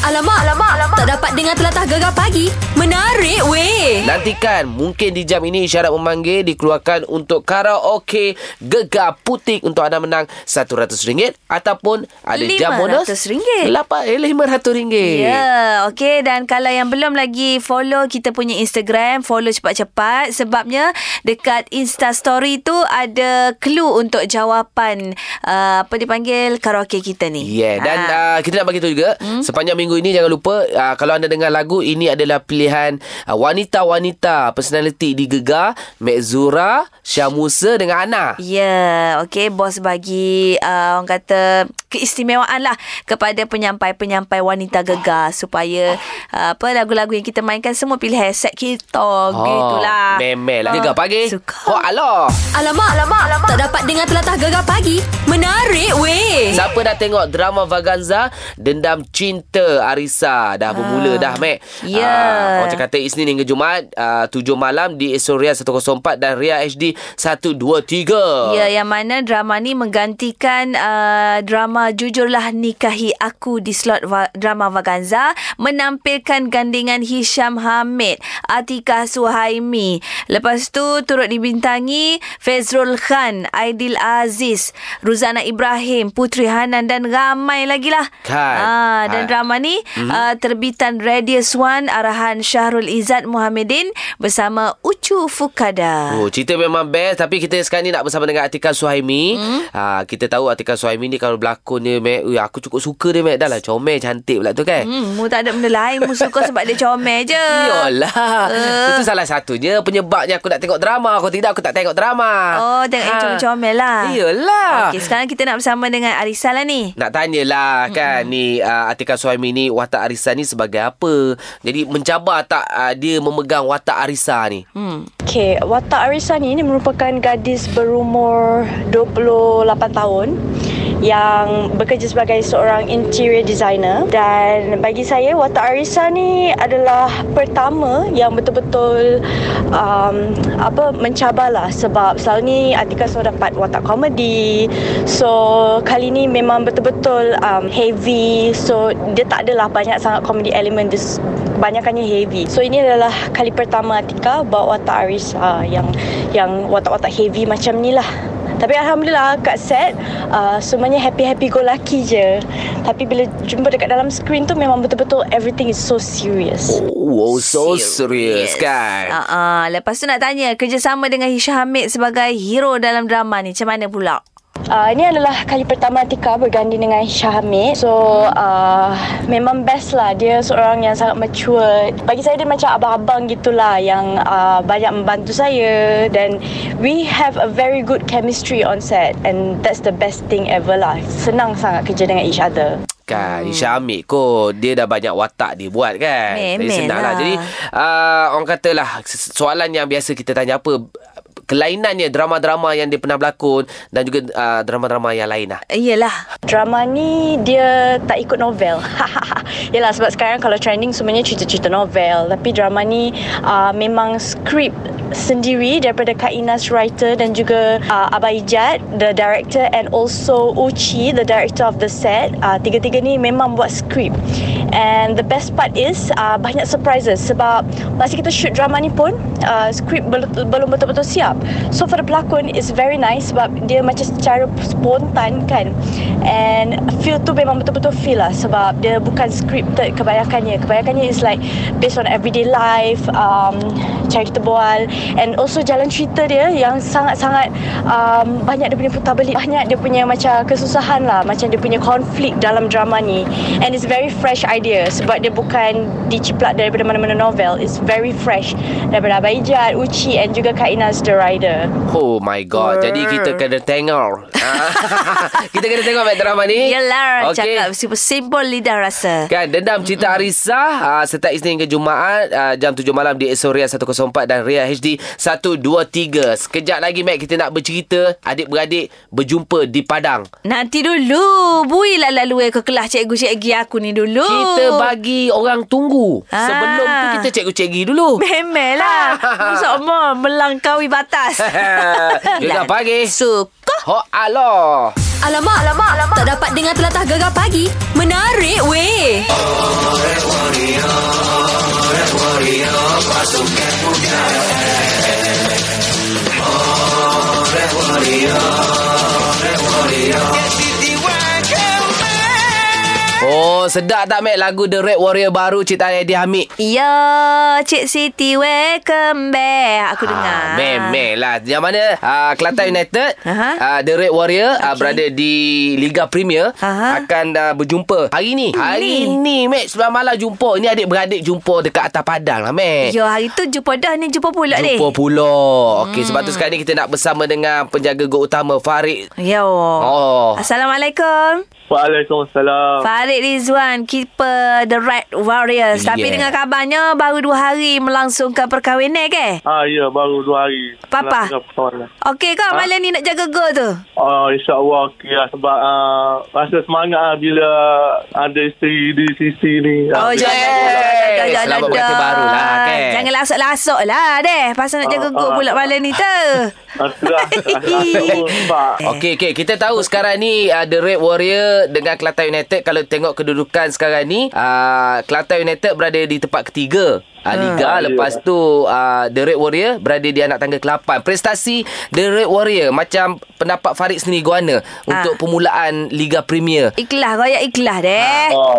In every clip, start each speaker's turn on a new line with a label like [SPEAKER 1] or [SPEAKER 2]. [SPEAKER 1] Alamak, alamak, alamak. Tak dapat dengar telatah gegar pagi. Menarik weh.
[SPEAKER 2] Nantikan mungkin di jam ini syarat memanggil dikeluarkan untuk karaoke gegar putih untuk anda menang RM100 ataupun ada jam bonus
[SPEAKER 3] RM500.
[SPEAKER 2] lapan- eh, RM500.
[SPEAKER 3] Ya, yeah, okey dan kalau yang belum lagi follow kita punya Instagram, follow cepat-cepat sebabnya dekat Insta story tu ada clue untuk jawapan uh, apa dipanggil karaoke kita ni.
[SPEAKER 2] Yeah, dan
[SPEAKER 3] Ah.
[SPEAKER 2] uh, kita nak bagi tahu juga hmm? sepanjang minggu ini jangan lupa uh, kalau anda dengar lagu ini adalah pilihan uh, wanita-wanita personality di Gegar, Mek Zura, Syah Musa dengan Ana.
[SPEAKER 3] Ya, yeah, okey bos bagi uh, orang kata keistimewaan lah kepada penyampai-penyampai wanita gegar supaya uh, apa lagu-lagu yang kita mainkan semua pilih hashtag kita oh, gitulah. Ah,
[SPEAKER 2] Memel lah. Gegar pagi.
[SPEAKER 3] Suka.
[SPEAKER 2] Oh, aloh.
[SPEAKER 1] Alamak, alamak, alamak. Tak dapat dengar telatah gegar pagi. Menarik weh.
[SPEAKER 2] Eh. Siapa dah tengok drama Vaganza Dendam Cinta Arisa Dah bermula dah Mac
[SPEAKER 3] Ya.
[SPEAKER 2] Ah, Orang cakap kata Isnin hingga Jumaat uh, 7 malam di Esoria 104 Dan Ria HD 123
[SPEAKER 3] Ya, yang mana drama ni menggantikan uh, drama Jujurlah Nikahi Aku di slot va- drama Vaganza menampilkan gandingan Hisham Hamid, Atika Suhaimi. Lepas tu turut dibintangi Fezrul Khan, Aidil Aziz, Ruzana Ibrahim, Putri Hanan dan ramai lagi lah.
[SPEAKER 2] Kan.
[SPEAKER 3] Ah,
[SPEAKER 2] Ah.
[SPEAKER 3] dan drama ni mm-hmm. uh, terbitan Radius One arahan Syahrul Izzat Muhammadin bersama Ucu Fukada.
[SPEAKER 2] Oh, cerita memang best tapi kita sekarang ni nak bersama dengan Atika Suhaimi. Hmm? Ha, kita tahu Atika Suhaimi ni kalau berlakon dia Mac, ui, aku cukup suka dia Mac. Dah lah comel cantik pula tu kan. Hmm.
[SPEAKER 3] Hmm, mu tak ada benda lain. Mu suka sebab dia comel je.
[SPEAKER 2] Yolah uh.
[SPEAKER 3] Eh.
[SPEAKER 2] Itu salah satunya Penyebabnya aku nak tengok drama Kalau tidak aku tak tengok drama Ha.
[SPEAKER 3] Oh, tengok yang comel-comel lah.
[SPEAKER 2] Iyalah
[SPEAKER 3] Okey, sekarang kita nak bersama dengan Arisa lah ni.
[SPEAKER 2] Nak tanyalah kan ni uh, Atika Suhaimi ni watak Arisa ni sebagai apa? Jadi mencabar tak uh, dia memegang watak Arisa ni?
[SPEAKER 3] Mm.
[SPEAKER 4] Okay, watak Arisa ni, ni merupakan gadis berumur 28 tahun yang bekerja sebagai seorang interior designer dan bagi saya watak Arisa ni adalah pertama yang betul-betul um, apa mencabarlah sebab selalu ni Atika selalu dapat watak komedi so kali ni memang betul-betul um, heavy so dia tak adalah banyak sangat komedi element dia kebanyakannya heavy. So ini adalah kali pertama Atika bawa watak Arisa yang yang watak-watak heavy macam ni lah. Tapi Alhamdulillah kat set uh, semuanya happy-happy go lucky je. Tapi bila jumpa dekat dalam skrin tu memang betul-betul everything is so serious.
[SPEAKER 2] Oh, oh so serious, serious kan?
[SPEAKER 3] Uh-uh. Lepas tu nak tanya, kerjasama dengan Hisham Hamid sebagai hero dalam drama ni, macam mana pula?
[SPEAKER 4] Uh, ini adalah kali pertama Atika berganding dengan Syah Hamid. So, uh, memang best lah. Dia seorang yang sangat mature. Bagi saya, dia macam abang-abang gitulah yang uh, banyak membantu saya. Dan we have a very good chemistry on set. And that's the best thing ever lah. Senang sangat kerja dengan each other.
[SPEAKER 2] Kan
[SPEAKER 3] mm.
[SPEAKER 2] Isha Amir kot Dia dah banyak watak dia buat kan Jadi
[SPEAKER 3] Memel
[SPEAKER 2] senang lah
[SPEAKER 3] lah.
[SPEAKER 2] Jadi uh, orang katalah se- Soalan yang biasa kita tanya apa Kelainannya drama-drama yang dia pernah berlakon Dan juga uh, drama-drama yang lain lah
[SPEAKER 3] Yelah.
[SPEAKER 4] Drama ni dia tak ikut novel. Yalah sebab sekarang kalau trending semuanya cerita-cerita novel. Tapi drama ni uh, memang skrip sendiri daripada Kak Inas writer dan juga uh, Abah Ijat the director and also Uchi the director of the set. Uh, tiga-tiga ni memang buat skrip. And the best part is uh, banyak surprises sebab masa kita shoot drama ni pun uh, skrip bel- belum betul-betul siap. So for the pelakon is very nice sebab dia macam secara spontan kan. And feel tu memang betul-betul feel lah sebab dia bukan scripted kebanyakannya. Kebanyakannya is like based on everyday life, um, cara kita bual and also jalan cerita dia yang sangat-sangat um, banyak dia punya putar belik, banyak dia punya macam kesusahan lah, macam dia punya konflik dalam drama ni. And it's very fresh idea sebab dia bukan diciplak daripada mana-mana novel. It's very fresh daripada Abang Ijat, Uci and juga Kak Inas The Rider.
[SPEAKER 2] Oh my god Jadi kita kena tengok Ah, Kita kena tengok baik drama ni
[SPEAKER 3] Yelah,
[SPEAKER 2] Eh. Okey.
[SPEAKER 3] okay. cakap super simple lidah rasa.
[SPEAKER 2] Kan Dendam Cinta Arisa uh, Setiap Isnin hingga Jumaat uh, Jam 7 malam di Esoria 104 Dan Ria HD 123 Sekejap lagi Mac Kita nak bercerita Adik-beradik Berjumpa di Padang
[SPEAKER 3] Nanti dulu, bui lah lalu eh ke kelas cikgu-cikgi aku ni dulu.
[SPEAKER 2] Kita bagi orang tunggu
[SPEAKER 3] Oh. Ah.
[SPEAKER 2] Sebelum tu kita cikgu-cikgi dulu
[SPEAKER 3] Memel lah. Musak mah melangkaui batas.
[SPEAKER 2] Gegar pagi.
[SPEAKER 3] Suka.
[SPEAKER 2] Ho aloh
[SPEAKER 1] Alamak, alamak, alamak. Tak dapat dengar telatah gegar pagi. Menarik weh.
[SPEAKER 2] Oh, sedap tak, Mac? Lagu The Red Warrior baru ciptaan Eddie Hamid.
[SPEAKER 3] Ya, Cik Siti welcome back.
[SPEAKER 2] Ah,
[SPEAKER 3] Aku dengar.
[SPEAKER 2] Memang lah Yang mana uh, Kelantan United
[SPEAKER 3] Aha.
[SPEAKER 2] uh, The Red Warrior okay. uh, Berada di Liga Premier
[SPEAKER 3] Aha.
[SPEAKER 2] Akan uh, berjumpa Hari ni Hari ni Mac Sebelum malam jumpa Ini adik-beradik jumpa Dekat atas padang lah Mac
[SPEAKER 3] Yo, Ya, hari tu jumpa dah ni jumpa pula ni. Hmm.
[SPEAKER 2] Jumpa pula Okey sebab tu sekarang ni Kita nak bersama dengan Penjaga gol utama Farid
[SPEAKER 3] Yo.
[SPEAKER 2] Oh.
[SPEAKER 3] Ya. Assalamualaikum.
[SPEAKER 5] Waalaikumsalam.
[SPEAKER 3] Farid Rizwan, keeper The Red Warriors. Tapi
[SPEAKER 2] Yeah.
[SPEAKER 3] dengan kabarnya baru dua hari melangsungkan perkahwinan ke?
[SPEAKER 5] Ah ya baru dua hari.
[SPEAKER 3] Papa.
[SPEAKER 5] Tengah persoalan.
[SPEAKER 3] Okey kau ha? malam ni nak jaga gol tu.
[SPEAKER 5] Oh insya-Allah okey lah sebab ah, rasa semangat ah, bila ada isteri di sisi ni. Ah,
[SPEAKER 3] Oh,
[SPEAKER 5] bila-
[SPEAKER 3] jangan.
[SPEAKER 2] Yeay.
[SPEAKER 3] jangan, jangan,
[SPEAKER 2] Selamat berkata
[SPEAKER 3] jangan.
[SPEAKER 2] baru lah, kan?
[SPEAKER 3] Jangan lasuk-lasuk lah deh. Pasal nak jaga
[SPEAKER 5] Ah,
[SPEAKER 3] gol
[SPEAKER 5] ah.
[SPEAKER 3] pula malam ni tu.
[SPEAKER 5] Ah, itulah. Aku sebab
[SPEAKER 2] Okey okey kita tahu sekarang ni uh, The Red Warrior dengan Kelantan United kalau tengok kedudukan sekarang ni uh, Kelantan United berada di tempat ketiga uh, liga
[SPEAKER 5] Ya.
[SPEAKER 2] lepas tu uh, The Red Warrior berada di anak tangga ke-8. Prestasi The Red Warrior macam pendapat Farid sendiri Guana untuk permulaan Liga Premier.
[SPEAKER 3] Ikhlas, royak ikhlas deh.
[SPEAKER 5] Oh,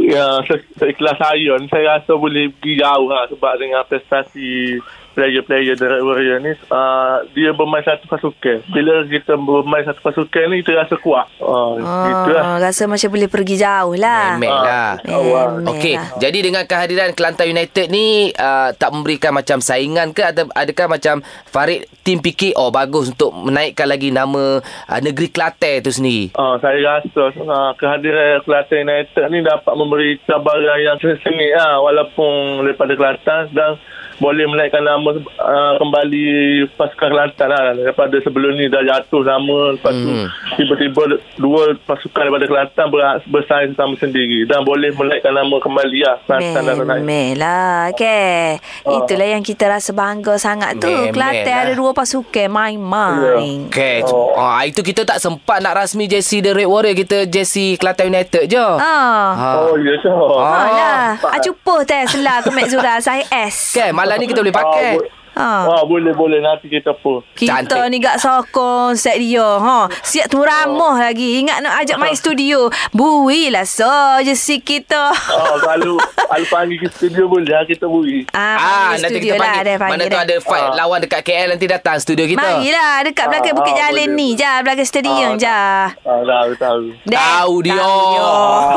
[SPEAKER 5] ya, se- seikhlas saya ni saya rasa boleh pergi jauh lah sebab dengan prestasi player-player The Red Warrior ni uh, dia bermain satu pasukan bila kita bermain satu pasukan ni kita rasa kuat uh,
[SPEAKER 3] Oh,
[SPEAKER 5] gitu lah
[SPEAKER 3] Rasa macam boleh pergi jauh lah.
[SPEAKER 2] Memang lah.
[SPEAKER 5] Allah.
[SPEAKER 3] Memang
[SPEAKER 2] Okey,
[SPEAKER 3] lah.
[SPEAKER 2] jadi dengan kehadiran Kelantan United ni uh, tak memberikan macam saingan ke atau adakah macam Farid tim fikir oh bagus untuk menaikkan lagi nama uh, negeri Kelantan tu sendiri?
[SPEAKER 5] Uh, saya rasa uh, kehadiran Kelantan United ni dapat memberi cabaran yang sengit lah, walaupun daripada Kelantan dan boleh menaikkan nama uh, kembali pasukan Kelantan lah. Daripada sebelum ni dah jatuh nama lepas tu
[SPEAKER 2] Hmm.
[SPEAKER 5] tiba-tiba dua pasukan daripada Kelantan ber- bersaing sama sendiri dan boleh menaikkan nama kembali lah Kelantan dan Kelantan.
[SPEAKER 3] Memel lah okay.
[SPEAKER 5] Oh.
[SPEAKER 3] Itulah yang kita rasa bangga sangat tu
[SPEAKER 2] Memel
[SPEAKER 3] Kelantan
[SPEAKER 2] lah.
[SPEAKER 3] ada dua pasukan Main-main
[SPEAKER 2] Okay. Oh.
[SPEAKER 5] Oh.
[SPEAKER 2] Ah, itu kita tak sempat nak rasmi jersey The Red Warrior. Kita jersey Kelantan United je.
[SPEAKER 3] yeah. Ah,
[SPEAKER 2] Ha.
[SPEAKER 5] Oh, ya sah.
[SPEAKER 3] ha.
[SPEAKER 2] Ah.
[SPEAKER 3] lah Acu poh teh selah ke lah, Mek Zura Saya S
[SPEAKER 2] Kan, malam ni kita boleh pakai.
[SPEAKER 5] Ah, bo-
[SPEAKER 3] Ah.
[SPEAKER 5] ah, boleh-boleh nanti kita pun.
[SPEAKER 3] kita
[SPEAKER 2] Cantik.
[SPEAKER 3] ni gak sokong set dia ha. Siap tu
[SPEAKER 5] Oh.
[SPEAKER 3] ramah lagi Ingat nak ajak
[SPEAKER 5] Ah.
[SPEAKER 3] main studio Bui lah so je si kita
[SPEAKER 5] Oh, kalau kalau panggil ke studio boleh lah, kita buri.
[SPEAKER 2] Ah,
[SPEAKER 3] panggil
[SPEAKER 2] nanti
[SPEAKER 3] studio
[SPEAKER 2] kita panggil.
[SPEAKER 3] dah,
[SPEAKER 2] mana tu
[SPEAKER 3] dah.
[SPEAKER 2] ada fight
[SPEAKER 5] Ah.
[SPEAKER 2] lawan dekat KL nanti datang studio kita.
[SPEAKER 3] Marilah dekat belakang
[SPEAKER 5] Ah,
[SPEAKER 3] Bukit
[SPEAKER 5] ah,
[SPEAKER 3] Jalil
[SPEAKER 5] boleh.
[SPEAKER 3] ni je Belakang stadium
[SPEAKER 5] Ah,
[SPEAKER 3] je
[SPEAKER 5] Ah, dah tahu. Ah,
[SPEAKER 3] Dek,
[SPEAKER 2] Tahu dia.
[SPEAKER 3] dia.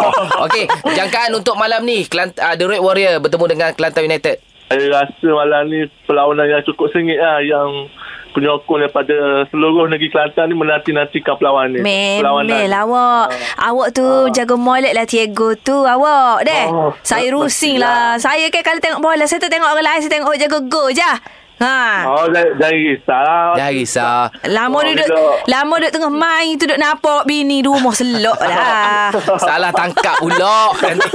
[SPEAKER 2] Okey, jangkaan untuk malam ni Kelant- uh, The Red Warrior bertemu dengan Kelantan United.
[SPEAKER 5] Saya rasa malam ni perlawanan yang cukup sengit lah yang penyokong daripada seluruh negeri Kelantan ni menanti-nantikan perlawanan Ah. ni.
[SPEAKER 3] Memel lah awak Awak tu jaga molek lah Tiago tu awak deh
[SPEAKER 5] Oh,
[SPEAKER 3] Saya
[SPEAKER 5] tak
[SPEAKER 3] rusing lah
[SPEAKER 5] pastilah.
[SPEAKER 3] Saya kan kalau tengok bola Saya tak tengok orang lain Saya tengok orang jaga go je Ha
[SPEAKER 5] Oh, jangan, jangan risau lah.
[SPEAKER 2] Jangan risau.
[SPEAKER 3] Lama
[SPEAKER 5] Oh,
[SPEAKER 3] duduk
[SPEAKER 5] bila-
[SPEAKER 3] Lama duduk tengah main tu Duduk nampak bini di rumah selok lah
[SPEAKER 2] Salah tangkap pula nanti.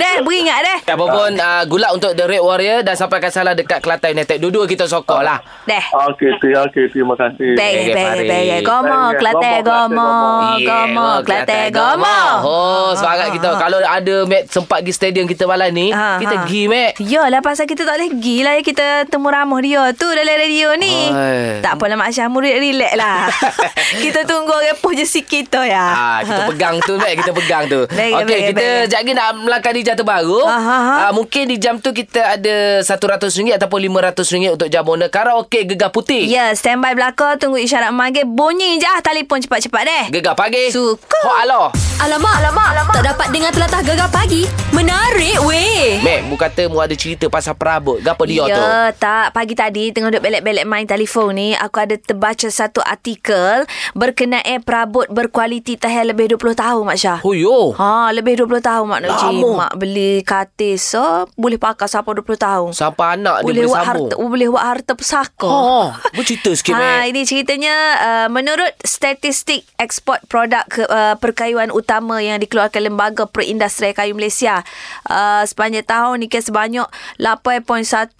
[SPEAKER 3] Deh beringat deh
[SPEAKER 2] Apapun uh, gulak untuk The Red Warrior dan sampaikan salam dekat Kelantan United. Dua-dua kita sokong lah.
[SPEAKER 3] Deh
[SPEAKER 5] Okey, terima, okay, terima kasih.
[SPEAKER 3] Bege, bege,
[SPEAKER 2] Farid.
[SPEAKER 3] bege Gomo,
[SPEAKER 5] Bege,
[SPEAKER 3] kelate,
[SPEAKER 5] gomo,
[SPEAKER 3] gomo
[SPEAKER 2] Yeah,
[SPEAKER 3] Gomo, kelate, gomo Ah,
[SPEAKER 2] Gomo. Oh, semangat kita. Kalau ada Mac sempat pergi stadium kita malam ni,
[SPEAKER 3] Ha,
[SPEAKER 2] kita
[SPEAKER 3] ha.
[SPEAKER 2] pergi Mac.
[SPEAKER 3] Yalah pasal kita tak boleh pergi lah ya Kita temu ramah dia tu dalam radio ni
[SPEAKER 2] Oi.
[SPEAKER 3] Tak apalah Mak Syah murid relax lah Kita tunggu orang poh je sikit tu ya
[SPEAKER 2] Ah, kita pegang tu Mac, kita pegang tu.
[SPEAKER 3] Baik,
[SPEAKER 2] Okey,
[SPEAKER 3] baik,
[SPEAKER 2] kita
[SPEAKER 3] baik.
[SPEAKER 2] sekejap lagi nak melangkah di jam terbaru.
[SPEAKER 3] Ah, ah, ah.
[SPEAKER 2] Ah, mungkin di jam tu kita ada RM100 ataupun RM500 untuk jamona karaoke Gegar Putih.
[SPEAKER 3] Ya standby belakang Tunggu isyarat maghrib Bunyi je ah Telefon cepat-cepat deh
[SPEAKER 2] Gegar pagi.
[SPEAKER 3] Suka.
[SPEAKER 2] Hok alo.
[SPEAKER 1] Alamak, alamak, alamak. Tak dapat dengar telatah gegar pagi. Menarik weh.
[SPEAKER 2] Mac, mu kata mu ada cerita pasal perabot. Gapo dia
[SPEAKER 3] ya,
[SPEAKER 2] tu?
[SPEAKER 3] tak. Pagi tadi tengah duduk belek-belek main telefon ni, aku ada terbaca satu artikel berkenaan perabot berkualiti tahan lebih 20 tahun, Mak Syah.
[SPEAKER 2] Huyo.
[SPEAKER 3] Ha, lebih 20 tahun Mak Nak
[SPEAKER 2] Lama.
[SPEAKER 3] Mak beli katil so, boleh pakai sampai 20 tahun.
[SPEAKER 2] Sampai anak
[SPEAKER 3] boleh
[SPEAKER 2] dia boleh
[SPEAKER 3] buat
[SPEAKER 2] sambung.
[SPEAKER 3] harta boleh buat harta pusaka.
[SPEAKER 2] Oh, bercerita sikit,
[SPEAKER 3] Ha,
[SPEAKER 2] Mat.
[SPEAKER 3] ini ceritanya uh, menurut statistik ekspor produk ke, uh, perkayuan utama yang dikeluarkan Lembaga Perindustrian Kayu Malaysia uh, sepanjang tahun ni kan sebanyak 8.1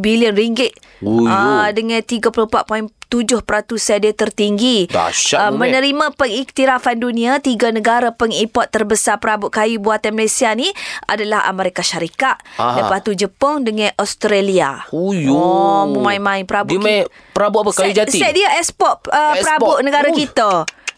[SPEAKER 3] bilion ringgit.
[SPEAKER 2] Uyuh.
[SPEAKER 3] Ah, dengan 34.7% dia tertinggi.
[SPEAKER 2] Dahsyat,
[SPEAKER 3] Ah,
[SPEAKER 2] Mek.
[SPEAKER 3] menerima pengiktirafan dunia, tiga negara pengimport terbesar perabot kayu buatan Malaysia ni adalah Amerika Syarikat.
[SPEAKER 2] Aha.
[SPEAKER 3] Lepas tu Jepun dengan Australia.
[SPEAKER 2] Uyuh.
[SPEAKER 3] Oh, main-main perabot.
[SPEAKER 2] Dia main perabot apa? Kayu
[SPEAKER 3] Set-
[SPEAKER 2] jati?
[SPEAKER 3] Set dia ekspor uh,
[SPEAKER 2] Ekspor.
[SPEAKER 3] perabot negara
[SPEAKER 2] Ui.
[SPEAKER 3] kita.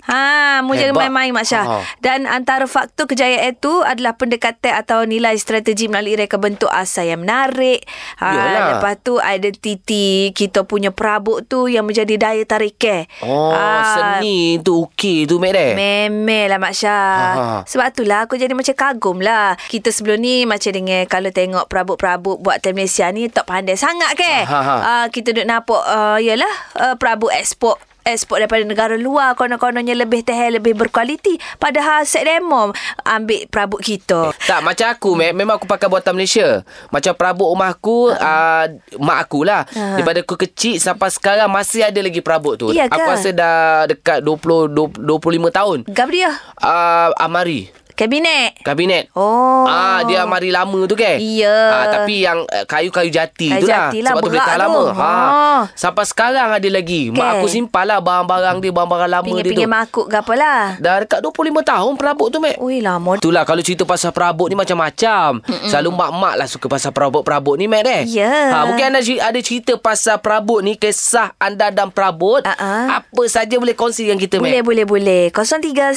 [SPEAKER 3] Ha, mu jangan
[SPEAKER 2] Hebat.
[SPEAKER 3] main-main Mak Syah.
[SPEAKER 2] Ha.
[SPEAKER 3] Dan antara faktor kejayaan itu adalah pendekatan atau nilai strategi melalui reka bentuk asal yang menarik. Ha,
[SPEAKER 2] Yalah.
[SPEAKER 3] lepas tu identiti kita punya perabot tu yang menjadi daya tarik eh.
[SPEAKER 2] Oh,
[SPEAKER 3] Ah,
[SPEAKER 2] seni tu ukir tu, Mek Deh.
[SPEAKER 3] Memel lah Mak Syah
[SPEAKER 2] Kan? Ha.
[SPEAKER 3] Sebab itulah aku jadi macam kagum lah Kita sebelum ni macam dengan Kalau tengok perabot-perabot buatan Malaysia ni Tak pandai sangat ke
[SPEAKER 2] Ha, ha.
[SPEAKER 3] uh, Kita duk nampak uh, Yalah uh, perabot ekspor ekspor daripada negara luar konon-kononnya lebih tehel lebih berkualiti padahal set demo ambil perabot kita
[SPEAKER 2] Tak macam aku Mac, Memang aku pakai buatan Malaysia Macam perabot rumah aku uh,
[SPEAKER 3] Ah.
[SPEAKER 2] Mak aku lah
[SPEAKER 3] Ha.
[SPEAKER 2] Daripada aku kecil Sampai sekarang Masih ada lagi perabot tu
[SPEAKER 3] Iya ke?
[SPEAKER 2] Aku rasa dah Dekat 20, 20 25 tahun
[SPEAKER 3] Gabriel
[SPEAKER 2] uh, Amari
[SPEAKER 3] kabinet
[SPEAKER 2] Kabinet
[SPEAKER 3] oh
[SPEAKER 2] Ah dia amari lama tu kan?
[SPEAKER 3] Iya.
[SPEAKER 2] Ah tapi yang eh, kayu-kayu jati
[SPEAKER 3] Kayu
[SPEAKER 2] tu lah.
[SPEAKER 3] jati lah,
[SPEAKER 2] Sebab tu boleh
[SPEAKER 3] berat
[SPEAKER 2] tahan
[SPEAKER 3] tu.
[SPEAKER 2] lama. Ha.
[SPEAKER 3] Ha.
[SPEAKER 2] Sampai sekarang ada lagi. Mak
[SPEAKER 3] Kan?
[SPEAKER 2] aku simpan lah barang-barang dia, barang-barang lama dia tu.
[SPEAKER 3] pinggir-pinggir makuk ke apalah
[SPEAKER 2] Dah dekat 25 tahun perabot tu, Mek.
[SPEAKER 3] Ui lama
[SPEAKER 2] Itulah kalau cerita pasal perabot ni macam-macam. Mm-mm. Selalu mak-mak lah suka pasal perabot-perabot ni, Mat eh.
[SPEAKER 3] Ya.
[SPEAKER 2] Ha, mungkin anda ci- ada cerita pasal perabot ni, kisah anda dan perabot.
[SPEAKER 3] Ah-ah.
[SPEAKER 2] Apa saja boleh kongsi dengan kita,
[SPEAKER 3] Ah, boleh
[SPEAKER 2] Mat.
[SPEAKER 3] boleh boleh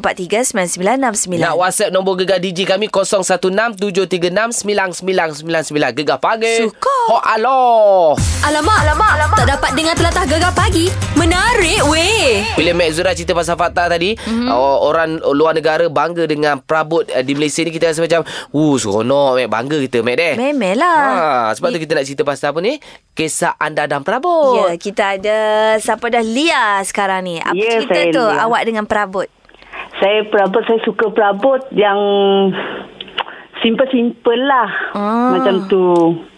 [SPEAKER 3] 0395439969
[SPEAKER 2] Nak WhatsApp nombor gegar DJ kami 0167369999. Gegar pagi.
[SPEAKER 3] Suka.
[SPEAKER 2] Ho aloh.
[SPEAKER 1] Alamak, alamak, alamak. Tak dapat dengar telatah gegar pagi. Menarik weh.
[SPEAKER 2] Bila Mek Zura cerita pasal fakta tadi
[SPEAKER 3] Mhm.
[SPEAKER 2] mm-hmm. uh, Orang luar negara bangga dengan perabot uh, di Malaysia ni Kita rasa macam Wuh seronok Mek Bangga kita Mek
[SPEAKER 3] lah.
[SPEAKER 2] deh
[SPEAKER 3] Memelah.
[SPEAKER 2] ha, Sebab tu kita nak cerita pasal apa ni Kisah anda dan
[SPEAKER 6] Oh.
[SPEAKER 2] perabot
[SPEAKER 3] Ya, kita ada siapa dah Lia sekarang ni. Apa
[SPEAKER 6] Ya,
[SPEAKER 3] cerita
[SPEAKER 6] saya
[SPEAKER 3] tu
[SPEAKER 6] Lia.
[SPEAKER 3] awak dengan perabot?
[SPEAKER 6] Saya perabot Saya suka perabot Yang Simple-simple lah
[SPEAKER 3] Ah.
[SPEAKER 6] Macam tu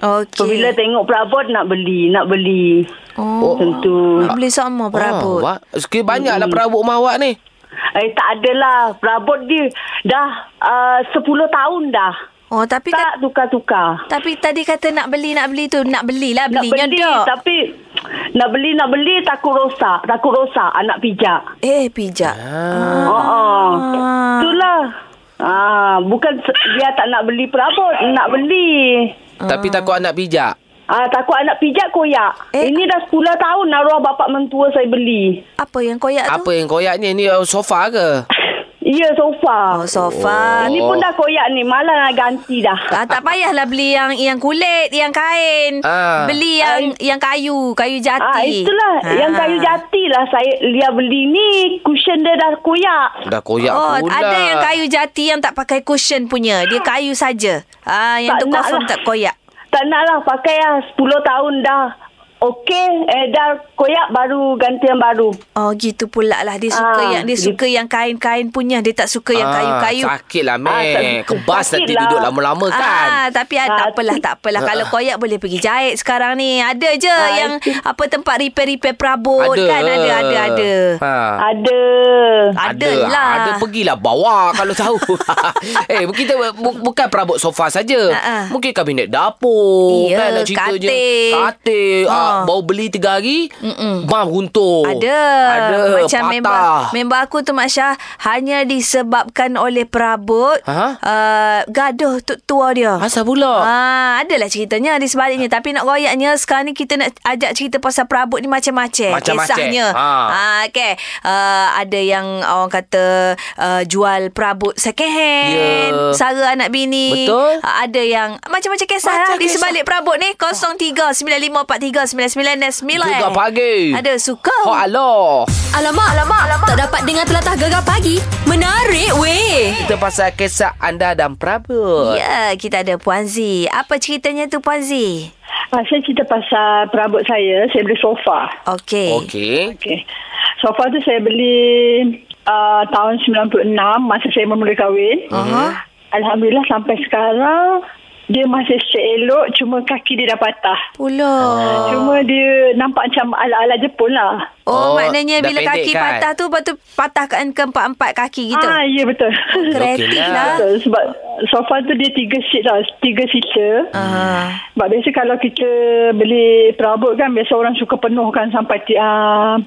[SPEAKER 3] Okey.
[SPEAKER 6] So bila tengok perabot Nak beli Nak beli
[SPEAKER 3] Oh,
[SPEAKER 6] Macam tu
[SPEAKER 3] nak beli
[SPEAKER 6] Oh,
[SPEAKER 3] sama perabot.
[SPEAKER 2] ah, Sekiranya banyak lah perabot rumah awak ni
[SPEAKER 6] Eh tak adalah Perabot dia Dah uh, 10 tahun dah
[SPEAKER 3] Oh, tapi kat,
[SPEAKER 6] Tak tukar-tukar
[SPEAKER 3] tapi tadi kata nak beli nak beli tu, nak belilah
[SPEAKER 6] Nak
[SPEAKER 3] belinya
[SPEAKER 6] beli
[SPEAKER 3] dok.
[SPEAKER 6] Tapi Nak beli Nak beli Takut rosak Takut rosak Anak pijak
[SPEAKER 3] Eh, pijak.
[SPEAKER 6] ah. Oh, oh.
[SPEAKER 3] Ah.
[SPEAKER 6] Itulah Ah, bukan se- dia tak nak beli perabot, nak beli.
[SPEAKER 3] Ah.
[SPEAKER 2] Tapi takut anak pijak
[SPEAKER 6] Ah, takut anak pijak koyak.
[SPEAKER 3] Eh.
[SPEAKER 6] Eh. Ini dah 10 tahun arwah bapak mentua saya beli.
[SPEAKER 3] Apa yang koyak
[SPEAKER 2] Apa
[SPEAKER 3] tu?
[SPEAKER 2] yang koyak ni Ni uh, sofa ke
[SPEAKER 6] Ya, sofa.
[SPEAKER 3] Oh, sofa.
[SPEAKER 6] Ini pun dah koyak ni. Malah nak ganti dah.
[SPEAKER 3] Ah, tak payahlah beli yang yang kulit, yang kain.
[SPEAKER 2] Ah.
[SPEAKER 3] Beli yang yang kayu, kayu jati.
[SPEAKER 6] Ah, itulah.
[SPEAKER 3] Ah.
[SPEAKER 6] Yang kayu jati lah saya dia beli ni. Cushion dia dah koyak.
[SPEAKER 2] Dah koyak
[SPEAKER 3] Oh,
[SPEAKER 2] ya pula
[SPEAKER 3] ada yang kayu jati yang tak pakai cushion punya. Dia kayu saja. Ah, yang
[SPEAKER 6] Tak
[SPEAKER 3] tu
[SPEAKER 6] nak
[SPEAKER 3] confirm
[SPEAKER 6] lah.
[SPEAKER 3] tak koyak.
[SPEAKER 6] Tak nak lah pakai lah. 10 tahun dah. Okey, eh, dah koyak baru ganti yang baru.
[SPEAKER 3] Oh gitu pula lah dia suka
[SPEAKER 6] Ah,
[SPEAKER 3] yang dia
[SPEAKER 6] dia-
[SPEAKER 3] suka yang kain-kain punya dia tak suka yang
[SPEAKER 2] Ah,
[SPEAKER 3] kayu-kayu.
[SPEAKER 2] Sakit lah
[SPEAKER 6] Ah,
[SPEAKER 2] Mek
[SPEAKER 6] sakit-
[SPEAKER 2] Kebas
[SPEAKER 6] sakit
[SPEAKER 2] nanti
[SPEAKER 6] lah.
[SPEAKER 2] duduk lama-lama kan
[SPEAKER 3] Ah, tapi ah, tak
[SPEAKER 6] Ah,
[SPEAKER 3] apalah tak apalah kalau koyak boleh pergi jahit sekarang ni. Ada je
[SPEAKER 6] Ah,
[SPEAKER 3] yang apa tempat repair-repair perabot kan ada ada ada.
[SPEAKER 2] ha.
[SPEAKER 6] Ada.
[SPEAKER 3] Ada lah.
[SPEAKER 2] Ada pergilah bawa kalau tahu. eh kita bu- bukan perabot sofa saja.
[SPEAKER 3] Ha, ha.
[SPEAKER 2] Mungkin kabinet dapur
[SPEAKER 3] Iya,
[SPEAKER 2] kan nak cerita je.
[SPEAKER 3] katil.
[SPEAKER 2] Katil.
[SPEAKER 3] Ha.
[SPEAKER 2] Ah, baru beli tiga hari, mam runtuh.
[SPEAKER 3] Ada.
[SPEAKER 2] Oh, Ada
[SPEAKER 3] Macam
[SPEAKER 2] patah.
[SPEAKER 3] member, member aku tu Mak Syah hanya disebabkan oleh perabot
[SPEAKER 2] Ha?
[SPEAKER 3] uh, gaduh tu tua dia.
[SPEAKER 2] Asal pula?
[SPEAKER 3] Ah, adalah ceritanya di sebaliknya
[SPEAKER 2] Ha.
[SPEAKER 3] tapi nak royaknya sekarang ni kita nak ajak cerita pasal perabot ni macam-macam
[SPEAKER 2] Macam-macam.
[SPEAKER 3] kisahnya.
[SPEAKER 2] Ha.
[SPEAKER 3] ah okey. Uh, ada yang orang kata uh, jual perabot second hand,
[SPEAKER 2] Ya.
[SPEAKER 3] sara anak bini.
[SPEAKER 2] Betul.
[SPEAKER 3] Ah, ada yang macam-macam kisah
[SPEAKER 2] Macam
[SPEAKER 3] lah di
[SPEAKER 2] kisah. Ha.
[SPEAKER 3] sebalik perabot ni 0395439999.
[SPEAKER 2] Gegar pagi.
[SPEAKER 3] eh. Ada suka.
[SPEAKER 2] Oh Allah.
[SPEAKER 1] Alamak, alamak, alamak. Tak dapat dengar telatah gegar pagi. Menarik weh.
[SPEAKER 2] Kita pasal kisah anda dan perabot.
[SPEAKER 3] Ya, kita ada Puan Z. Apa ceritanya tu Puan Z?
[SPEAKER 6] Ah, saya cerita pasal perabot saya. Saya beli sofa.
[SPEAKER 3] Okey.
[SPEAKER 2] Okey.
[SPEAKER 6] Okey. Sofa tu saya beli uh, tahun 96 masa saya memula kahwin. Uh-huh. Alhamdulillah sampai sekarang dia masih seelok cuma kaki dia dah patah.
[SPEAKER 2] Ah.
[SPEAKER 3] Pula.
[SPEAKER 6] Oh. Cuma dia nampak macam ala-ala Jepun lah.
[SPEAKER 2] Oh,
[SPEAKER 3] Oh, oh, maknanya
[SPEAKER 2] dah
[SPEAKER 3] bila
[SPEAKER 2] pendek
[SPEAKER 3] kaki
[SPEAKER 2] kan?
[SPEAKER 3] patah tu, lepas tu patahkan ke empat-empat kaki gitu.
[SPEAKER 6] Ah, ya betul.
[SPEAKER 3] Kreatif
[SPEAKER 2] Okey lah.
[SPEAKER 3] lah.
[SPEAKER 6] Betul sebab sofa tu dia tiga seat lah, tiga seater.
[SPEAKER 3] Ah.
[SPEAKER 6] Sebab biasa kalau kita beli perabot kan biasa orang suka penuhkan sampai ti- ah,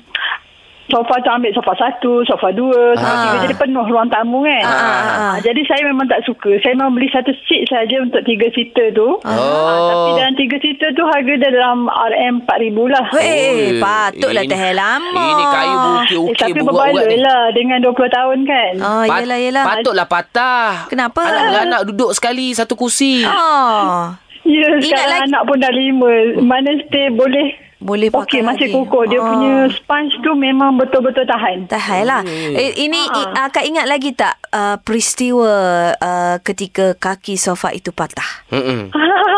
[SPEAKER 6] sofa tu ambil sofa satu, sofa dua, sofa
[SPEAKER 2] Ah.
[SPEAKER 6] tiga jadi penuh ruang tamu kan.
[SPEAKER 3] Ah, ah, ah.
[SPEAKER 6] Ah, Jadi saya memang tak suka. Saya memang beli satu seat saja untuk tiga seater
[SPEAKER 2] Oh.
[SPEAKER 6] tu. Ah, tapi dalam tiga seater tu harga dia dalam RM 4000 lah.
[SPEAKER 3] Weh, Eh, patutlah
[SPEAKER 2] ini-
[SPEAKER 3] teh lama.
[SPEAKER 2] Ini kayu
[SPEAKER 6] eh,
[SPEAKER 2] bukit-ukit
[SPEAKER 6] tapi
[SPEAKER 2] beruat-urat
[SPEAKER 6] berbaloi
[SPEAKER 2] ni.
[SPEAKER 6] lah dengan 20 tahun kan.
[SPEAKER 3] Oh,
[SPEAKER 2] Pat-
[SPEAKER 3] yelah, yelah.
[SPEAKER 2] Patutlah patah.
[SPEAKER 3] Kenapa?
[SPEAKER 2] Anak-anak duduk sekali satu kursi.
[SPEAKER 3] Oh.
[SPEAKER 6] Ya,
[SPEAKER 3] Ingat
[SPEAKER 6] sekarang
[SPEAKER 3] lagi-
[SPEAKER 6] anak pun dah lima. Mana stay boleh
[SPEAKER 3] Boleh pakai
[SPEAKER 6] Okey, masih
[SPEAKER 3] lagi.
[SPEAKER 6] kukuh. Dia
[SPEAKER 3] Ah.
[SPEAKER 6] punya sponge tu memang betul-betul tahan.
[SPEAKER 3] Tahai lah.
[SPEAKER 2] Hmm.
[SPEAKER 3] Eh, ini
[SPEAKER 6] Ah.
[SPEAKER 3] uh, Kak ingat lagi tak uh, peristiwa uh, ketika kaki sofa itu patah?
[SPEAKER 2] Mm-mm.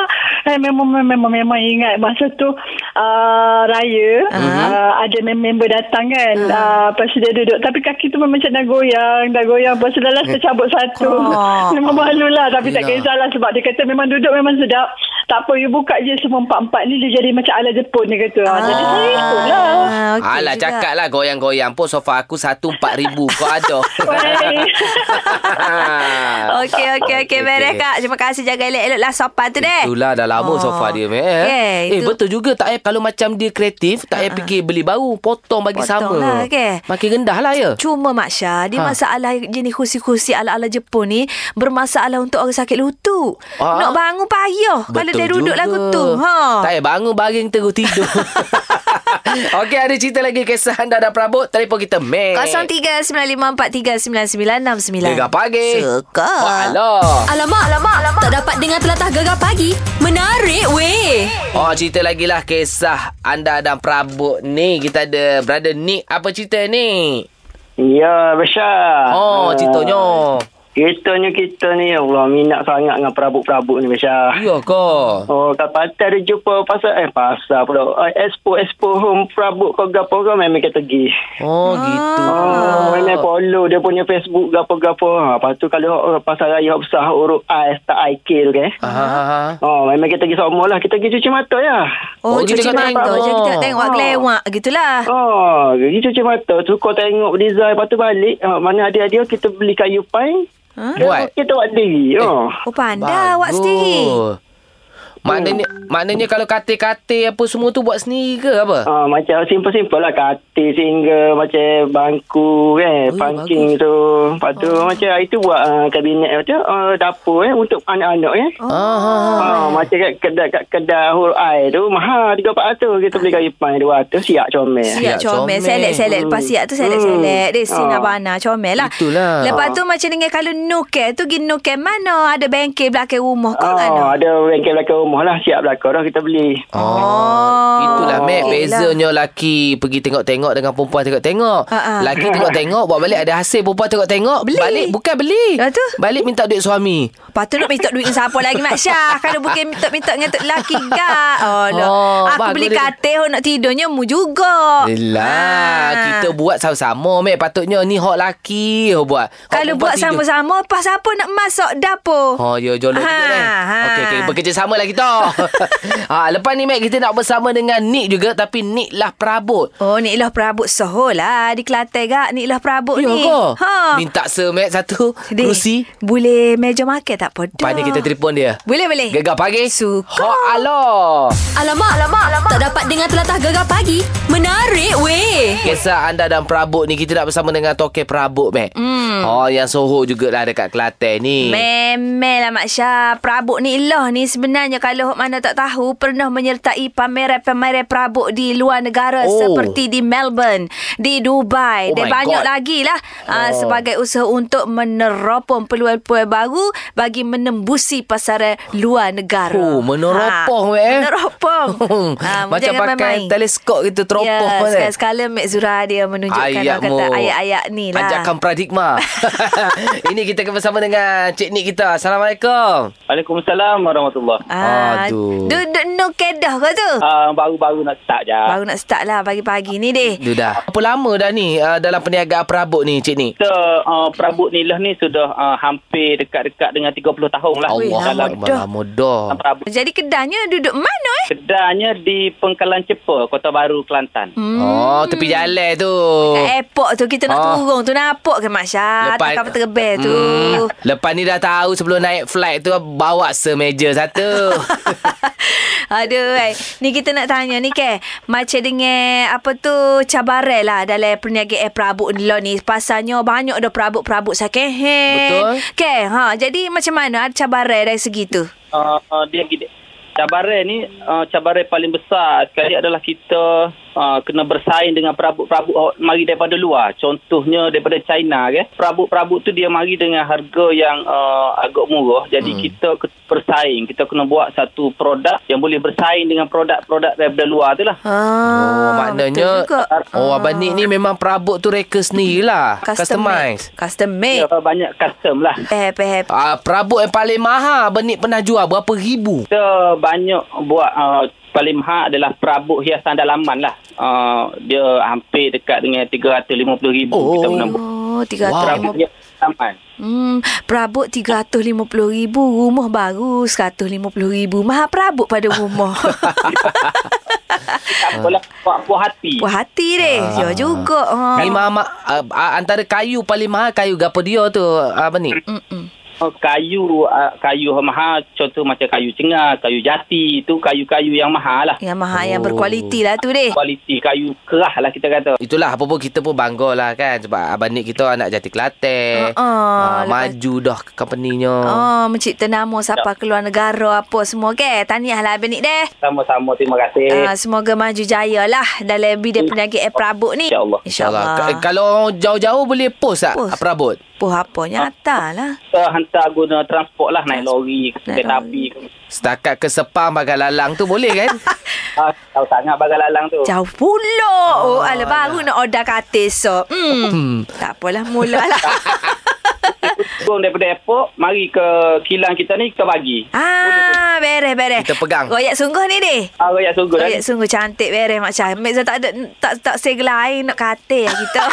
[SPEAKER 6] Eh, memang, memang, memang, memang ingat. Masa tu uh, raya, uh, ada mem- member datang kan. Uh, lepas tu dia duduk. Tapi kaki tu memang macam dah goyang, dah goyang. Lepas tu dah lah tercabut satu.
[SPEAKER 3] Ah.
[SPEAKER 6] memang malu lah. Tapi tak
[SPEAKER 2] Yelah.
[SPEAKER 6] kisahlah sebab dia kata memang duduk memang sedap. Tak apa, you buka je semua empat-empat ni dia jadi macam ala Jepun dia kata. Ah. Jadi saya ikut lah.
[SPEAKER 3] Ah, okey
[SPEAKER 2] Alah
[SPEAKER 3] juga.
[SPEAKER 2] cakap lah goyang-goyang pun sofa aku satu empat ribu kau ada. Ah.
[SPEAKER 3] Okey, okey, okey. Merah, Kak. Terima kasih jaga elok-elok lah sopan tu deh.
[SPEAKER 2] Itulah dah lama
[SPEAKER 3] Oh.
[SPEAKER 2] oh. sofa dia meh.
[SPEAKER 3] Okey,
[SPEAKER 2] eh
[SPEAKER 3] itu- Ah.
[SPEAKER 2] betul juga tak payah kalau macam dia kreatif tak payah fikir beli baru potong bagi sama.
[SPEAKER 3] Potong lah, okey.
[SPEAKER 2] Makin rendah lah ya.
[SPEAKER 3] Cuma Mak Syah, dia
[SPEAKER 2] Ha.
[SPEAKER 3] ha. masalah jenis kursi-kursi ala-ala Jepun ni bermasalah untuk orang sakit lutut.
[SPEAKER 2] Ah.
[SPEAKER 3] Nak bangun payah kalau dia duduk lagu tu. Ha.
[SPEAKER 2] Tak payah bangun baring terus tidur. Okey ada cerita lagi kisah anda dan perabot telefon kita meh.
[SPEAKER 3] 0395439969.
[SPEAKER 2] Gegar pagi.
[SPEAKER 3] Suka.
[SPEAKER 2] Alah.
[SPEAKER 1] Alamak, alamak, alamak. Tak dapat dengar telatah gegar pagi. Menarik weh.
[SPEAKER 2] Oh cerita lagi lah kisah anda dan perabot ni kita ada brother Nick apa cerita ni?
[SPEAKER 7] Ya, Besar.
[SPEAKER 2] Oh ceritanya.
[SPEAKER 7] Kitanya kita ni, ya Allah, minat sangat dengan perabot-perabot ni, Besar.
[SPEAKER 2] Ya kau.
[SPEAKER 7] Oh, kat pantai ada jumpa pasar, eh pasar pula. Uh, expo, expo home perabot kau gapo kau memang kita pergi.
[SPEAKER 2] Oh
[SPEAKER 3] Ah.
[SPEAKER 2] gitu.
[SPEAKER 7] Oh, memang
[SPEAKER 2] Ah.
[SPEAKER 7] follow dia punya Facebook gapo-gapo. Ha, lepas tu kalau hok- hok pasar raya hok besar hok urut AS tak IK tu ke.
[SPEAKER 2] Ah, ah, ah.
[SPEAKER 7] Oh, memang kita pergi semua lah. Kita pergi cuci mata ya.
[SPEAKER 2] Oh,
[SPEAKER 3] Oh,
[SPEAKER 2] dia
[SPEAKER 3] cuci
[SPEAKER 2] tengok
[SPEAKER 3] mata.
[SPEAKER 2] tengok.
[SPEAKER 3] Jadi kita tengok
[SPEAKER 7] Oh.
[SPEAKER 3] lewak gitulah.
[SPEAKER 7] Oh, pergi cuci mata. Suka tengok design. Lepas tu balik. Ha, mana hadiah-hadiah kita beli kayu pine.
[SPEAKER 3] Ha?
[SPEAKER 2] Buat. Eh.
[SPEAKER 7] Kita buat diri. Oh.
[SPEAKER 3] Oh, pandai awak
[SPEAKER 2] Bagus.
[SPEAKER 3] sendiri.
[SPEAKER 2] Maknanya maknanya kalau katil-katil apa semua tu buat sendiri ke apa?
[SPEAKER 7] Ah, macam simple-simple lah katil single macam bangku
[SPEAKER 2] Oh,
[SPEAKER 7] kan oh, pancing tu lepas tu oh. macam itu buat uh, kabinet tu uh, dapur eh untuk anak-anak eh
[SPEAKER 3] Oh.
[SPEAKER 2] Ah, ah, ah.
[SPEAKER 7] Ah, macam kat kedai kat kedai huruf I tu mahal 300 kita beli kayu pan 200 siap comel.
[SPEAKER 2] Siap
[SPEAKER 3] Siap comel
[SPEAKER 2] comel. Hmm.
[SPEAKER 3] Selek-selek Lepas siap tu selek-selek Dia sin
[SPEAKER 7] Ah.
[SPEAKER 3] abana Comel lah
[SPEAKER 2] Itulah.
[SPEAKER 3] Lepas tu macam dengan Kalau nuker tu Pergi nuker mana Ada bengkel belakang rumah
[SPEAKER 6] Ah.
[SPEAKER 3] Kau kan
[SPEAKER 7] Oh, ada bengkel belakang rumah lah siap belakang dah kita beli.
[SPEAKER 2] Oh, Ah. itulah Mac
[SPEAKER 3] okey lah.
[SPEAKER 2] bezanya laki pergi tengok-tengok dengan perempuan tengok-tengok.
[SPEAKER 3] Ha, ha.
[SPEAKER 2] Laki tengok-tengok bawa balik ada hasil perempuan tengok-tengok
[SPEAKER 3] Beli.
[SPEAKER 2] balik bukan beli.
[SPEAKER 3] Lepas Ya, tu?
[SPEAKER 2] Balik minta duit suami.
[SPEAKER 3] Lepas tu nak minta duit dengan siapa lagi Mak Syah Kalau bukan minta-minta dengan tok lelaki gak Oh,
[SPEAKER 2] Oh,
[SPEAKER 3] oh Aku
[SPEAKER 2] bagus
[SPEAKER 3] beli
[SPEAKER 2] dia.
[SPEAKER 3] katil Nak tidurnya mu juga
[SPEAKER 2] Yelah,
[SPEAKER 3] Oh. Ah.
[SPEAKER 2] kita buat sama-sama Mac. Patutnya ni hak laki hok buat. Hak
[SPEAKER 3] Kalau
[SPEAKER 2] perempuan
[SPEAKER 3] buat
[SPEAKER 2] tiga.
[SPEAKER 3] sama-sama Pas apa nak masuk dapur
[SPEAKER 2] Oh, ya jolok
[SPEAKER 3] Ha,
[SPEAKER 2] juga kan.
[SPEAKER 3] ha.
[SPEAKER 2] Okey, okey, bekerjasama lah kita. ha, lepas ni Mac kita nak bersama dengan Nick juga tapi Nick lah perabot.
[SPEAKER 3] Oh, ni lah perabot soho lah Di Kelantan gak Ni lah perabot
[SPEAKER 2] Ya
[SPEAKER 3] ni
[SPEAKER 2] ke?
[SPEAKER 3] Ha.
[SPEAKER 2] Minta se Mac satu
[SPEAKER 3] Deh,
[SPEAKER 2] kerusi.
[SPEAKER 3] Boleh meja makan tak apa dah.
[SPEAKER 2] Pani kita telefon dia.
[SPEAKER 3] Boleh boleh
[SPEAKER 2] Gegar pagi.
[SPEAKER 3] Eh, Suka
[SPEAKER 2] Hok alo.
[SPEAKER 1] Alamak, alamak, alamak. Tak dapat dengar telatah gegar pagi. Menarik weh.
[SPEAKER 2] Kisah anda dan perabot ni kita nak bersama dengan Toke Perabot, Mac.
[SPEAKER 3] Hmm.
[SPEAKER 2] Mm. Oh, yang Soho jugalah dekat Kelantan ni.
[SPEAKER 3] Memelah Mak Syah Perabot ni lah ni sebenarnya Kalau hok mana tak tahu Pernah menyertai pameran-pameran perabot Di luar negara
[SPEAKER 2] Oh.
[SPEAKER 3] oh. Seperti di Melbourne Di Dubai
[SPEAKER 2] Oh
[SPEAKER 3] Dan
[SPEAKER 2] my
[SPEAKER 3] banyak
[SPEAKER 2] God.
[SPEAKER 3] lagi lah oh. Sebagai usaha untuk meneropong peluang-peluang baru Bagi menembusi pasaran luar negara
[SPEAKER 2] Oh, meneropong,
[SPEAKER 3] Ha,
[SPEAKER 2] Mak, eh? Hmm.
[SPEAKER 3] Meneropong Ah, mu
[SPEAKER 2] Macam
[SPEAKER 3] jangan
[SPEAKER 2] pakai
[SPEAKER 3] main-main.
[SPEAKER 2] teleskop kita teropong. kan?
[SPEAKER 3] Ya,
[SPEAKER 2] Mac.
[SPEAKER 3] sekala-sekala Mek Zura dia menunjukkan orang
[SPEAKER 2] Ayatmu.
[SPEAKER 3] kata ayat-ayat ni lah.
[SPEAKER 2] Ajakkan paradigma. Ini kita akan bersama dengan Cik Nik kita. Assalamualaikum.
[SPEAKER 7] Waalaikumsalam warahmatullahi.
[SPEAKER 2] Ah, Aduh.
[SPEAKER 3] Duduk no kedah ke tu?
[SPEAKER 8] Ah, baru-baru nak start je.
[SPEAKER 2] Ah.
[SPEAKER 3] Baru nak start lah pagi-pagi ni deh.
[SPEAKER 2] Dia dah. Berapa lama dah ni uh, dalam perniagaan perabot ni Cik ni?
[SPEAKER 8] Kita uh, perabot ni lah ni sudah uh, hampir dekat-dekat dengan 30 tahun lah.
[SPEAKER 2] Allah
[SPEAKER 8] Dalam
[SPEAKER 2] Akbar, lama dah.
[SPEAKER 8] dalam perabot.
[SPEAKER 3] Jadi kedahnya duduk mana eh?
[SPEAKER 8] Kedainya di Pengkalan Cepa, Kota Baru, Kelantan.
[SPEAKER 3] Hmm.
[SPEAKER 2] Oh, tepi jalan tu.
[SPEAKER 3] Kat airport tu kita nak
[SPEAKER 2] Oh. Ah.
[SPEAKER 3] turun tu nampak ke Masya? Lepas, kapal terbang tu.
[SPEAKER 2] Hmm. Lepas ni dah tahu sebelum naik flight tu bawa semeja satu.
[SPEAKER 3] Aduh eh. Ni kita nak tanya ni ke Macam dengan Apa tu Cabaran lah Dalam perniagaan air perabot ni lah ni Pasalnya banyak dah perabot-perabot sakit
[SPEAKER 2] Betul.
[SPEAKER 3] Ke ha, Jadi macam mana Ada cabaran dari segi tu
[SPEAKER 8] uh, uh, dia gini. Cabaran ni uh, cabaran paling besar sekali adalah kita uh, kena bersaing dengan perabot-perabot awak mari daripada luar. Contohnya daripada China ke. Perabot-perabot tu dia mari dengan harga yang uh, agak murah. Jadi hmm. kita ke- bersaing. Kita kena buat satu produk yang boleh bersaing dengan produk-produk daripada luar tu lah.
[SPEAKER 3] ha,
[SPEAKER 2] oh, maknanya
[SPEAKER 3] betul juga. Ah.
[SPEAKER 2] Oh, Abang Nik ni memang perabot tu reka sendirilah. Customize.
[SPEAKER 3] Custom
[SPEAKER 8] Ya,
[SPEAKER 3] made
[SPEAKER 8] banyak custom lah.
[SPEAKER 3] Peh, peh.
[SPEAKER 2] Ah, perabot yang paling mahal Abang Nik pernah jual berapa ribu?
[SPEAKER 8] Kita banyak buat uh, paling mahal adalah perabot hiasan dalaman lah. Uh, dia hampir dekat dengan 350 ribu kita
[SPEAKER 2] Oh.
[SPEAKER 8] menembus. Perabot
[SPEAKER 3] Oh, 350 wow.
[SPEAKER 8] hiasan dalaman.
[SPEAKER 3] Hmm, perabot RM350,000 Rumah baru RM150,000 Mahal perabot pada rumah
[SPEAKER 8] Tak apalah buat puas hati.
[SPEAKER 3] Hmm. Puas hati deh Ya juga ha.
[SPEAKER 2] Ni mama uh, uh, antara kayu paling mahal kayu gapo dia tu Abang Nik?
[SPEAKER 3] Mm-mm.
[SPEAKER 8] Oh, Kayu ah, kayu mahal contoh macam kayu cengar, kayu jati tu kayu-kayu yang mahal lah.
[SPEAKER 3] Yang mahal oh. yang
[SPEAKER 2] Oh.
[SPEAKER 3] berkualiti lah tu deh
[SPEAKER 8] Kualiti kayu kerah lah kita kata.
[SPEAKER 2] Itulah apa pun kita pun bangga lah kan Sebab Abang Nik kita anak jati Kelantan
[SPEAKER 3] Ha-ha,
[SPEAKER 2] Ah,
[SPEAKER 3] lepas-
[SPEAKER 2] Maju dah company-nya
[SPEAKER 3] Oh, mencipta nama siapa keluar negara apa semua ke. Tahniah lah Abang Nik deh.
[SPEAKER 8] Sama-sama terima
[SPEAKER 3] Uh,
[SPEAKER 6] Eh.
[SPEAKER 8] kasih.
[SPEAKER 3] semoga maju jaya lah dalam bidang perniagaan air eh, perabot ni.
[SPEAKER 6] Ya.
[SPEAKER 2] Ka-
[SPEAKER 8] InsyaAllah.
[SPEAKER 3] InsyaAllah.
[SPEAKER 2] Kalau orang jauh-jauh boleh post tak
[SPEAKER 3] Post.
[SPEAKER 2] perabot?
[SPEAKER 3] Puh apa nyata lah.
[SPEAKER 8] Kita hantar guna transport lah naik lori,
[SPEAKER 3] Naik
[SPEAKER 8] kereta
[SPEAKER 3] lori.
[SPEAKER 8] api.
[SPEAKER 2] Setakat ke Sepang bagai lalang tu boleh kan?
[SPEAKER 8] Ah, tahu sangat bagai lalang tu.
[SPEAKER 3] Jauh pula. Oh, ala baru nak order katil so. Hmm. tak apalah mula lah.
[SPEAKER 8] Turun daripada airport, mari ke kilang kita ni kita bagi.
[SPEAKER 3] ah, beres beres.
[SPEAKER 2] Kita pegang.
[SPEAKER 3] Royak sungguh ni deh.
[SPEAKER 8] Ah, royak sungguh dah.
[SPEAKER 3] Royak sungguh cantik beres Mak Syah. Mek Zah tak ada tak tak segel lain nak katil kita.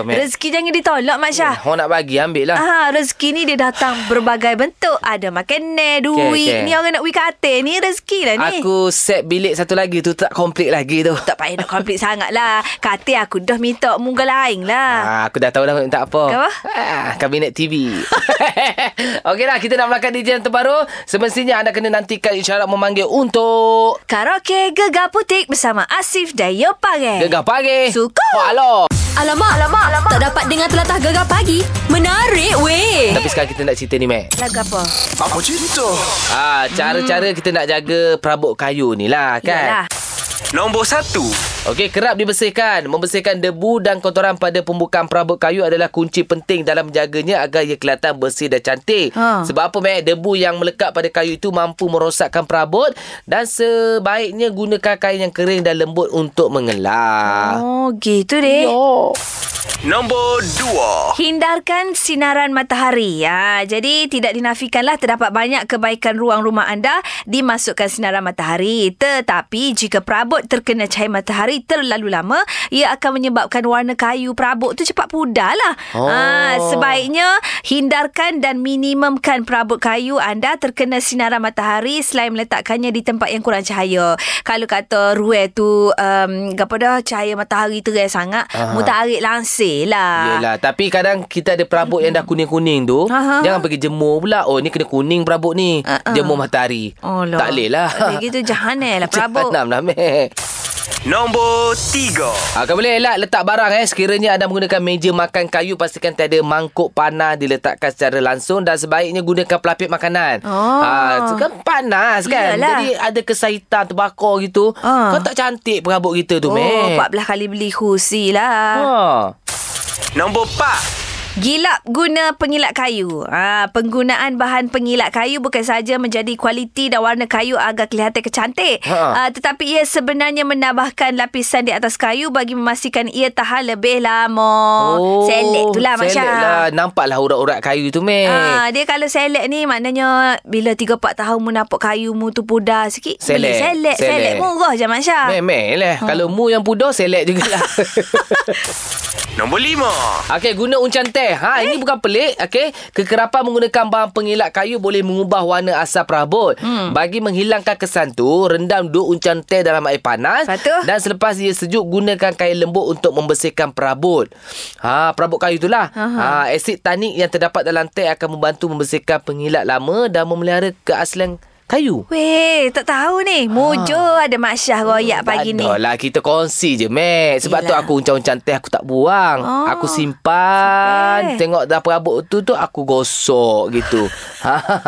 [SPEAKER 3] Rezeki jangan ditolak Mak Syah.
[SPEAKER 2] Hang nak bagi ambil lah
[SPEAKER 3] Ah, rezeki ni dia datang berbagai bentuk. Ada makanan, duit.
[SPEAKER 2] Okey, okey.
[SPEAKER 3] Ni orang nak wikate ni rezeki lah ni.
[SPEAKER 2] Aku set bilik satu lagi tu tak komplit lagi tu
[SPEAKER 3] tak payah nak komplit sangat lah. Kata aku dah minta muka lain lah.
[SPEAKER 2] Ah, aku dah tahu dah nak minta apa.
[SPEAKER 3] Apa?
[SPEAKER 2] Ah, kabinet TV. Okeylah, kita nak melakukan DJ yang terbaru. Semestinya anda kena nantikan isyarat memanggil untuk
[SPEAKER 3] Karaoke Gegar Putik bersama Asif dan Yoparel.
[SPEAKER 2] Gegar Pagi.
[SPEAKER 3] Eh. Suka.
[SPEAKER 2] Oh, alo.
[SPEAKER 1] Alamak, alamak, alamak. Tak dapat dengar telatah gegar pagi. Menarik weh.
[SPEAKER 2] Tapi sekarang kita nak cerita ni, Mac.
[SPEAKER 3] Lagu apa?
[SPEAKER 9] Apa cerita?
[SPEAKER 2] Ah, cara-cara kita nak jaga perabot kayu ni lah,
[SPEAKER 3] Yalah.
[SPEAKER 2] kan?
[SPEAKER 9] Nombor satu.
[SPEAKER 2] Okey, kerap dibersihkan. Membersihkan debu dan kotoran pada pembukaan perabot kayu adalah kunci penting dalam menjaganya agar ia kelihatan bersih dan cantik.
[SPEAKER 3] Ha.
[SPEAKER 2] Sebab apa, Mac? Debu yang melekat pada kayu itu mampu merosakkan perabot dan sebaiknya gunakan kain yang kering dan lembut untuk mengelak.
[SPEAKER 3] Oh, gitu deh.
[SPEAKER 9] Nombor dua.
[SPEAKER 3] Hindarkan sinaran matahari. Ha, jadi tidak dinafikanlah terdapat banyak kebaikan ruang rumah anda dimasukkan sinaran matahari. Tetapi jika perabot terkena cahaya matahari terlalu lama, ia akan menyebabkan warna kayu perabot tu cepat pudar lah.
[SPEAKER 2] Oh.
[SPEAKER 3] Ha, sebaiknya hindarkan dan minimumkan perabot kayu anda terkena sinaran matahari selain meletakkannya di tempat yang kurang cahaya. Kalau kata ruai tu um, apa dah cahaya matahari terang sangat,
[SPEAKER 2] Aha.
[SPEAKER 3] mutarik langsir lah.
[SPEAKER 2] Yelah, tapi kadang kita ada perabot yang dah kuning-kuning tu,
[SPEAKER 3] Aha.
[SPEAKER 2] jangan pergi jemur pula. Oh, ni kena kuning perabot ni.
[SPEAKER 3] Ah, ah.
[SPEAKER 2] Jemur matahari.
[SPEAKER 3] Oh, lah.
[SPEAKER 2] Tak boleh lah.
[SPEAKER 3] Lagi tu jahanam lah perabot.
[SPEAKER 2] Jahanam lah, Mac.
[SPEAKER 9] Nombor tiga.
[SPEAKER 2] Ah, kalau boleh elak letak barang eh sekiranya anda menggunakan meja makan kayu pastikan tiada mangkuk panah diletakkan secara langsung dan sebaiknya gunakan pelapik makanan.
[SPEAKER 3] Oh.
[SPEAKER 2] Ah, tu kan panas kan.
[SPEAKER 3] Iyalah.
[SPEAKER 2] Jadi ada kesahitan terbakar gitu.
[SPEAKER 3] Ah.
[SPEAKER 2] Kau tak cantik perabot kita tu,
[SPEAKER 3] Oh,
[SPEAKER 2] meh.
[SPEAKER 3] 14 kali beli kursi lah.
[SPEAKER 2] Ha.
[SPEAKER 9] Nombor empat.
[SPEAKER 3] Gilap guna pengilat kayu. Ha, penggunaan bahan pengilat kayu bukan saja menjadi kualiti dan warna kayu agar kelihatan kecantik.
[SPEAKER 2] Ha.
[SPEAKER 3] Ha. tetapi ia sebenarnya menambahkan lapisan di atas kayu bagi memastikan ia tahan lebih lama. selek tu lah Masya.
[SPEAKER 2] Oh, Selek lah. Nampaklah urat-urat kayu tu, Mek.
[SPEAKER 3] Ha, dia kalau selek ni maknanya bila 3 4 tahun mu nampak kayu mu tu pudar sikit.
[SPEAKER 2] Selek,
[SPEAKER 3] Beli selek,
[SPEAKER 2] selek.
[SPEAKER 3] selek, selek murah je Masya.
[SPEAKER 2] Memel lah. Ha. Kalau mu yang pudar, selek jugalah.
[SPEAKER 9] Nombor lima.
[SPEAKER 2] lah. Okey, guna uncan teh. Ha,
[SPEAKER 3] Eh.
[SPEAKER 2] ini bukan pelik. Okey, kekerapan menggunakan bahan pengilat kayu boleh mengubah warna asap perabot. Hmm. Bagi menghilangkan kesan tu, rendam dua uncan teh dalam air panas.
[SPEAKER 3] Lepas tu?
[SPEAKER 2] Dan selepas ia sejuk, gunakan kain lembut untuk membersihkan perabot. Ha, perabot kayu itulah. Ha, asid tanik yang terdapat dalam teh akan membantu membersihkan pengilat lama dan memelihara keaslian kayu.
[SPEAKER 3] Weh, tak tahu ni. Mojo
[SPEAKER 2] Ah.
[SPEAKER 3] ada Mak Syah royak pagi ni.
[SPEAKER 2] Tak adalah kita kongsi je Mac Sebab Yelah. tu
[SPEAKER 3] Yelah.
[SPEAKER 2] aku uncan-uncan teh aku tak buang oh,
[SPEAKER 3] Oh,
[SPEAKER 2] Aku simpan
[SPEAKER 3] sampai.
[SPEAKER 2] Tengok dah perabot tu tu aku gosok gitu Ha,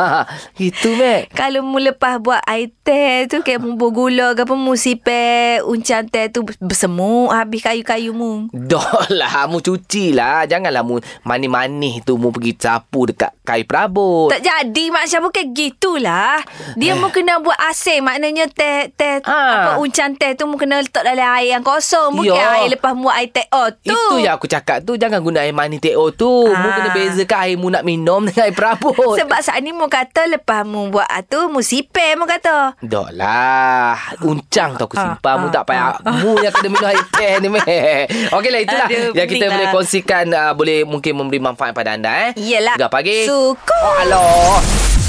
[SPEAKER 2] Gitu Mac
[SPEAKER 3] Kalau mu lepas buat air teh tu Kayak mu buat gula ke apa Mu sipir uncan teh tu Bersemuk habis kayu-kayu mu
[SPEAKER 2] Dah lah Mu cuci lah Janganlah mu manis-manis tu Mu pergi sapu dekat kayu perabot
[SPEAKER 3] Tak jadi Mak Syah bukan gitulah Dia mu kena buat asin Maknanya teh teh
[SPEAKER 2] Ah.
[SPEAKER 3] Apa uncan teh tu Mu kena letak dalam air yang kosong Bukan
[SPEAKER 2] Yo.
[SPEAKER 3] air lepas mu buat air teh Oh tu
[SPEAKER 2] Itu ya yang aku cakap tu Jangan guna air manis teh tu Mu
[SPEAKER 3] Ah.
[SPEAKER 2] kena bezakan air mu nak minum Dengan air perabot
[SPEAKER 3] Sebab saat ni mu kata Lepas mu buat ah, tu Mu sipir mu kata
[SPEAKER 2] Dah lah Uncang tu aku
[SPEAKER 3] Ah,
[SPEAKER 2] simpan Mu
[SPEAKER 3] ah,
[SPEAKER 2] tak payah Mu yang kena minum air teh ni meh Okey lah itulah
[SPEAKER 3] Aduh,
[SPEAKER 2] Yang kita
[SPEAKER 3] pening
[SPEAKER 2] boleh
[SPEAKER 3] lah.
[SPEAKER 2] kongsikan uh, Boleh mungkin memberi manfaat pada anda eh
[SPEAKER 3] Yelah
[SPEAKER 2] Gegar pagi
[SPEAKER 3] Suku
[SPEAKER 2] Oh aloh